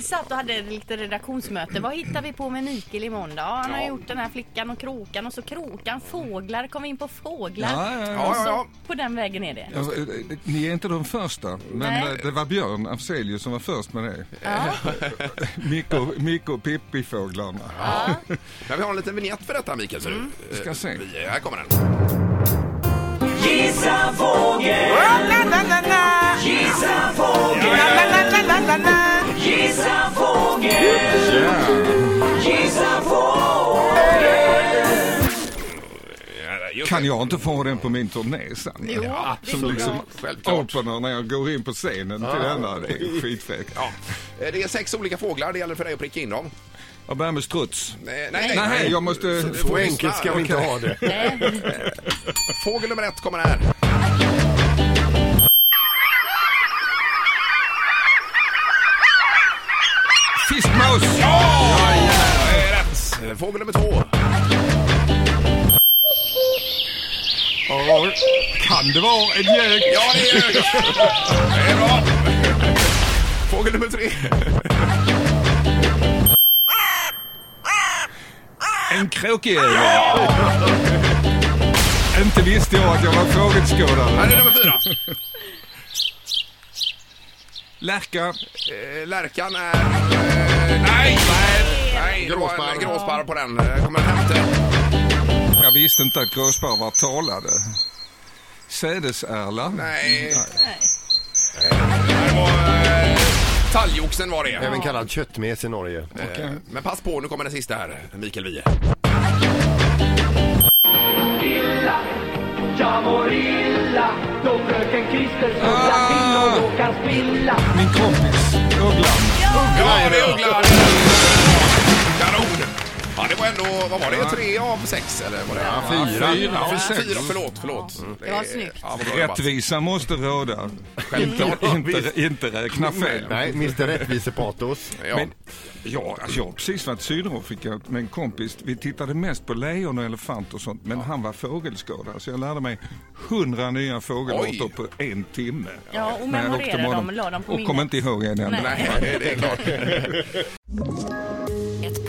satt och hade lite redaktionsmöte. Vad hittar vi på med Mikael i måndag? Ja, han har Ja. gjort den här flickan och kråkan och så kråkan, fåglar, kom vi in på fåglar. Ja, ja, ja. Ja, Och så ja, ja. på den vägen är det. Alltså, eh, eh, ni är inte de första, men Nej. eh, det var Björn Afzelius som var först med det. Ja. Micke och- Micke och Pippi-fåglarna. Men vi har en liten vignett för detta Mikael. Mm. Ska se. Här kommer den. Gissa fågel. Gissa fågel. Gissa fågel. Gissa fågel. Ja, Eh, just Kan det. jag inte få den på min turné sen? Jo, Ja, det Som är liksom klart. Självklart. opener när jag går in på scenen till denna. Det är skitfräckt. Ja. Eh, Det är sex olika fåglar, det gäller för dig att pricka in dem. Jag börjar med struts. Eh, Nej, nej, Nej, jag måste... Så- Så enkelt ska vi inte ha det. Nej. Fågel nummer ett kommer här. Fiskmås! Det är rätt. Eh, Fågel nummer två. Ja, Kan det vara en gök? Ja, det är högt. Det är bra. Fågel nummer tre. En kråkjägare? Inte visste jag att jag var fågelskådare. Här är nummer fyra. Lärka. Eh, Lärkan är... eh, Nej! Nej, nej det var en Gråsparv. gråsparv på den. Eh, Kommer den femte. Jag visste inte att gråsparvar talade. Sädesärla. Nej. Det här var... eh, Talgoxen var det. Även kallad köttmes i Norge. Eh, Men pass på, nu kommer den sista här, Mikael Wiehe. Illa, jag mår illa då fröken Krister snubblar till och råkar spilla. Min kompis Ugglan. Ja, det är Uggla! Kanon! Ja, det var ändå, vad var det, tre av sex eller vad det är? Fyra. Fyra av Fyra, sex. fyra, förlåt, förlåt. det var snyggt. Ja, vad bra jobbat. Rättvisa måste råda. Självklart. Inte, inte räkna fel. Nej, Mr Rättvisepatos. Ja. Men ja, alltså jag har precis varit i Sydafrika med en kompis. Vi tittade mest på lejon och elefant och sånt, men han var fågelskådare. Så jag lärde mig hundra nya fågelarter Oj. på en timme. Ja, och När jag åkte med memorera dem honom. och la dem på Och kom minnet. inte ihåg en enda. Nej, det är klart. Ett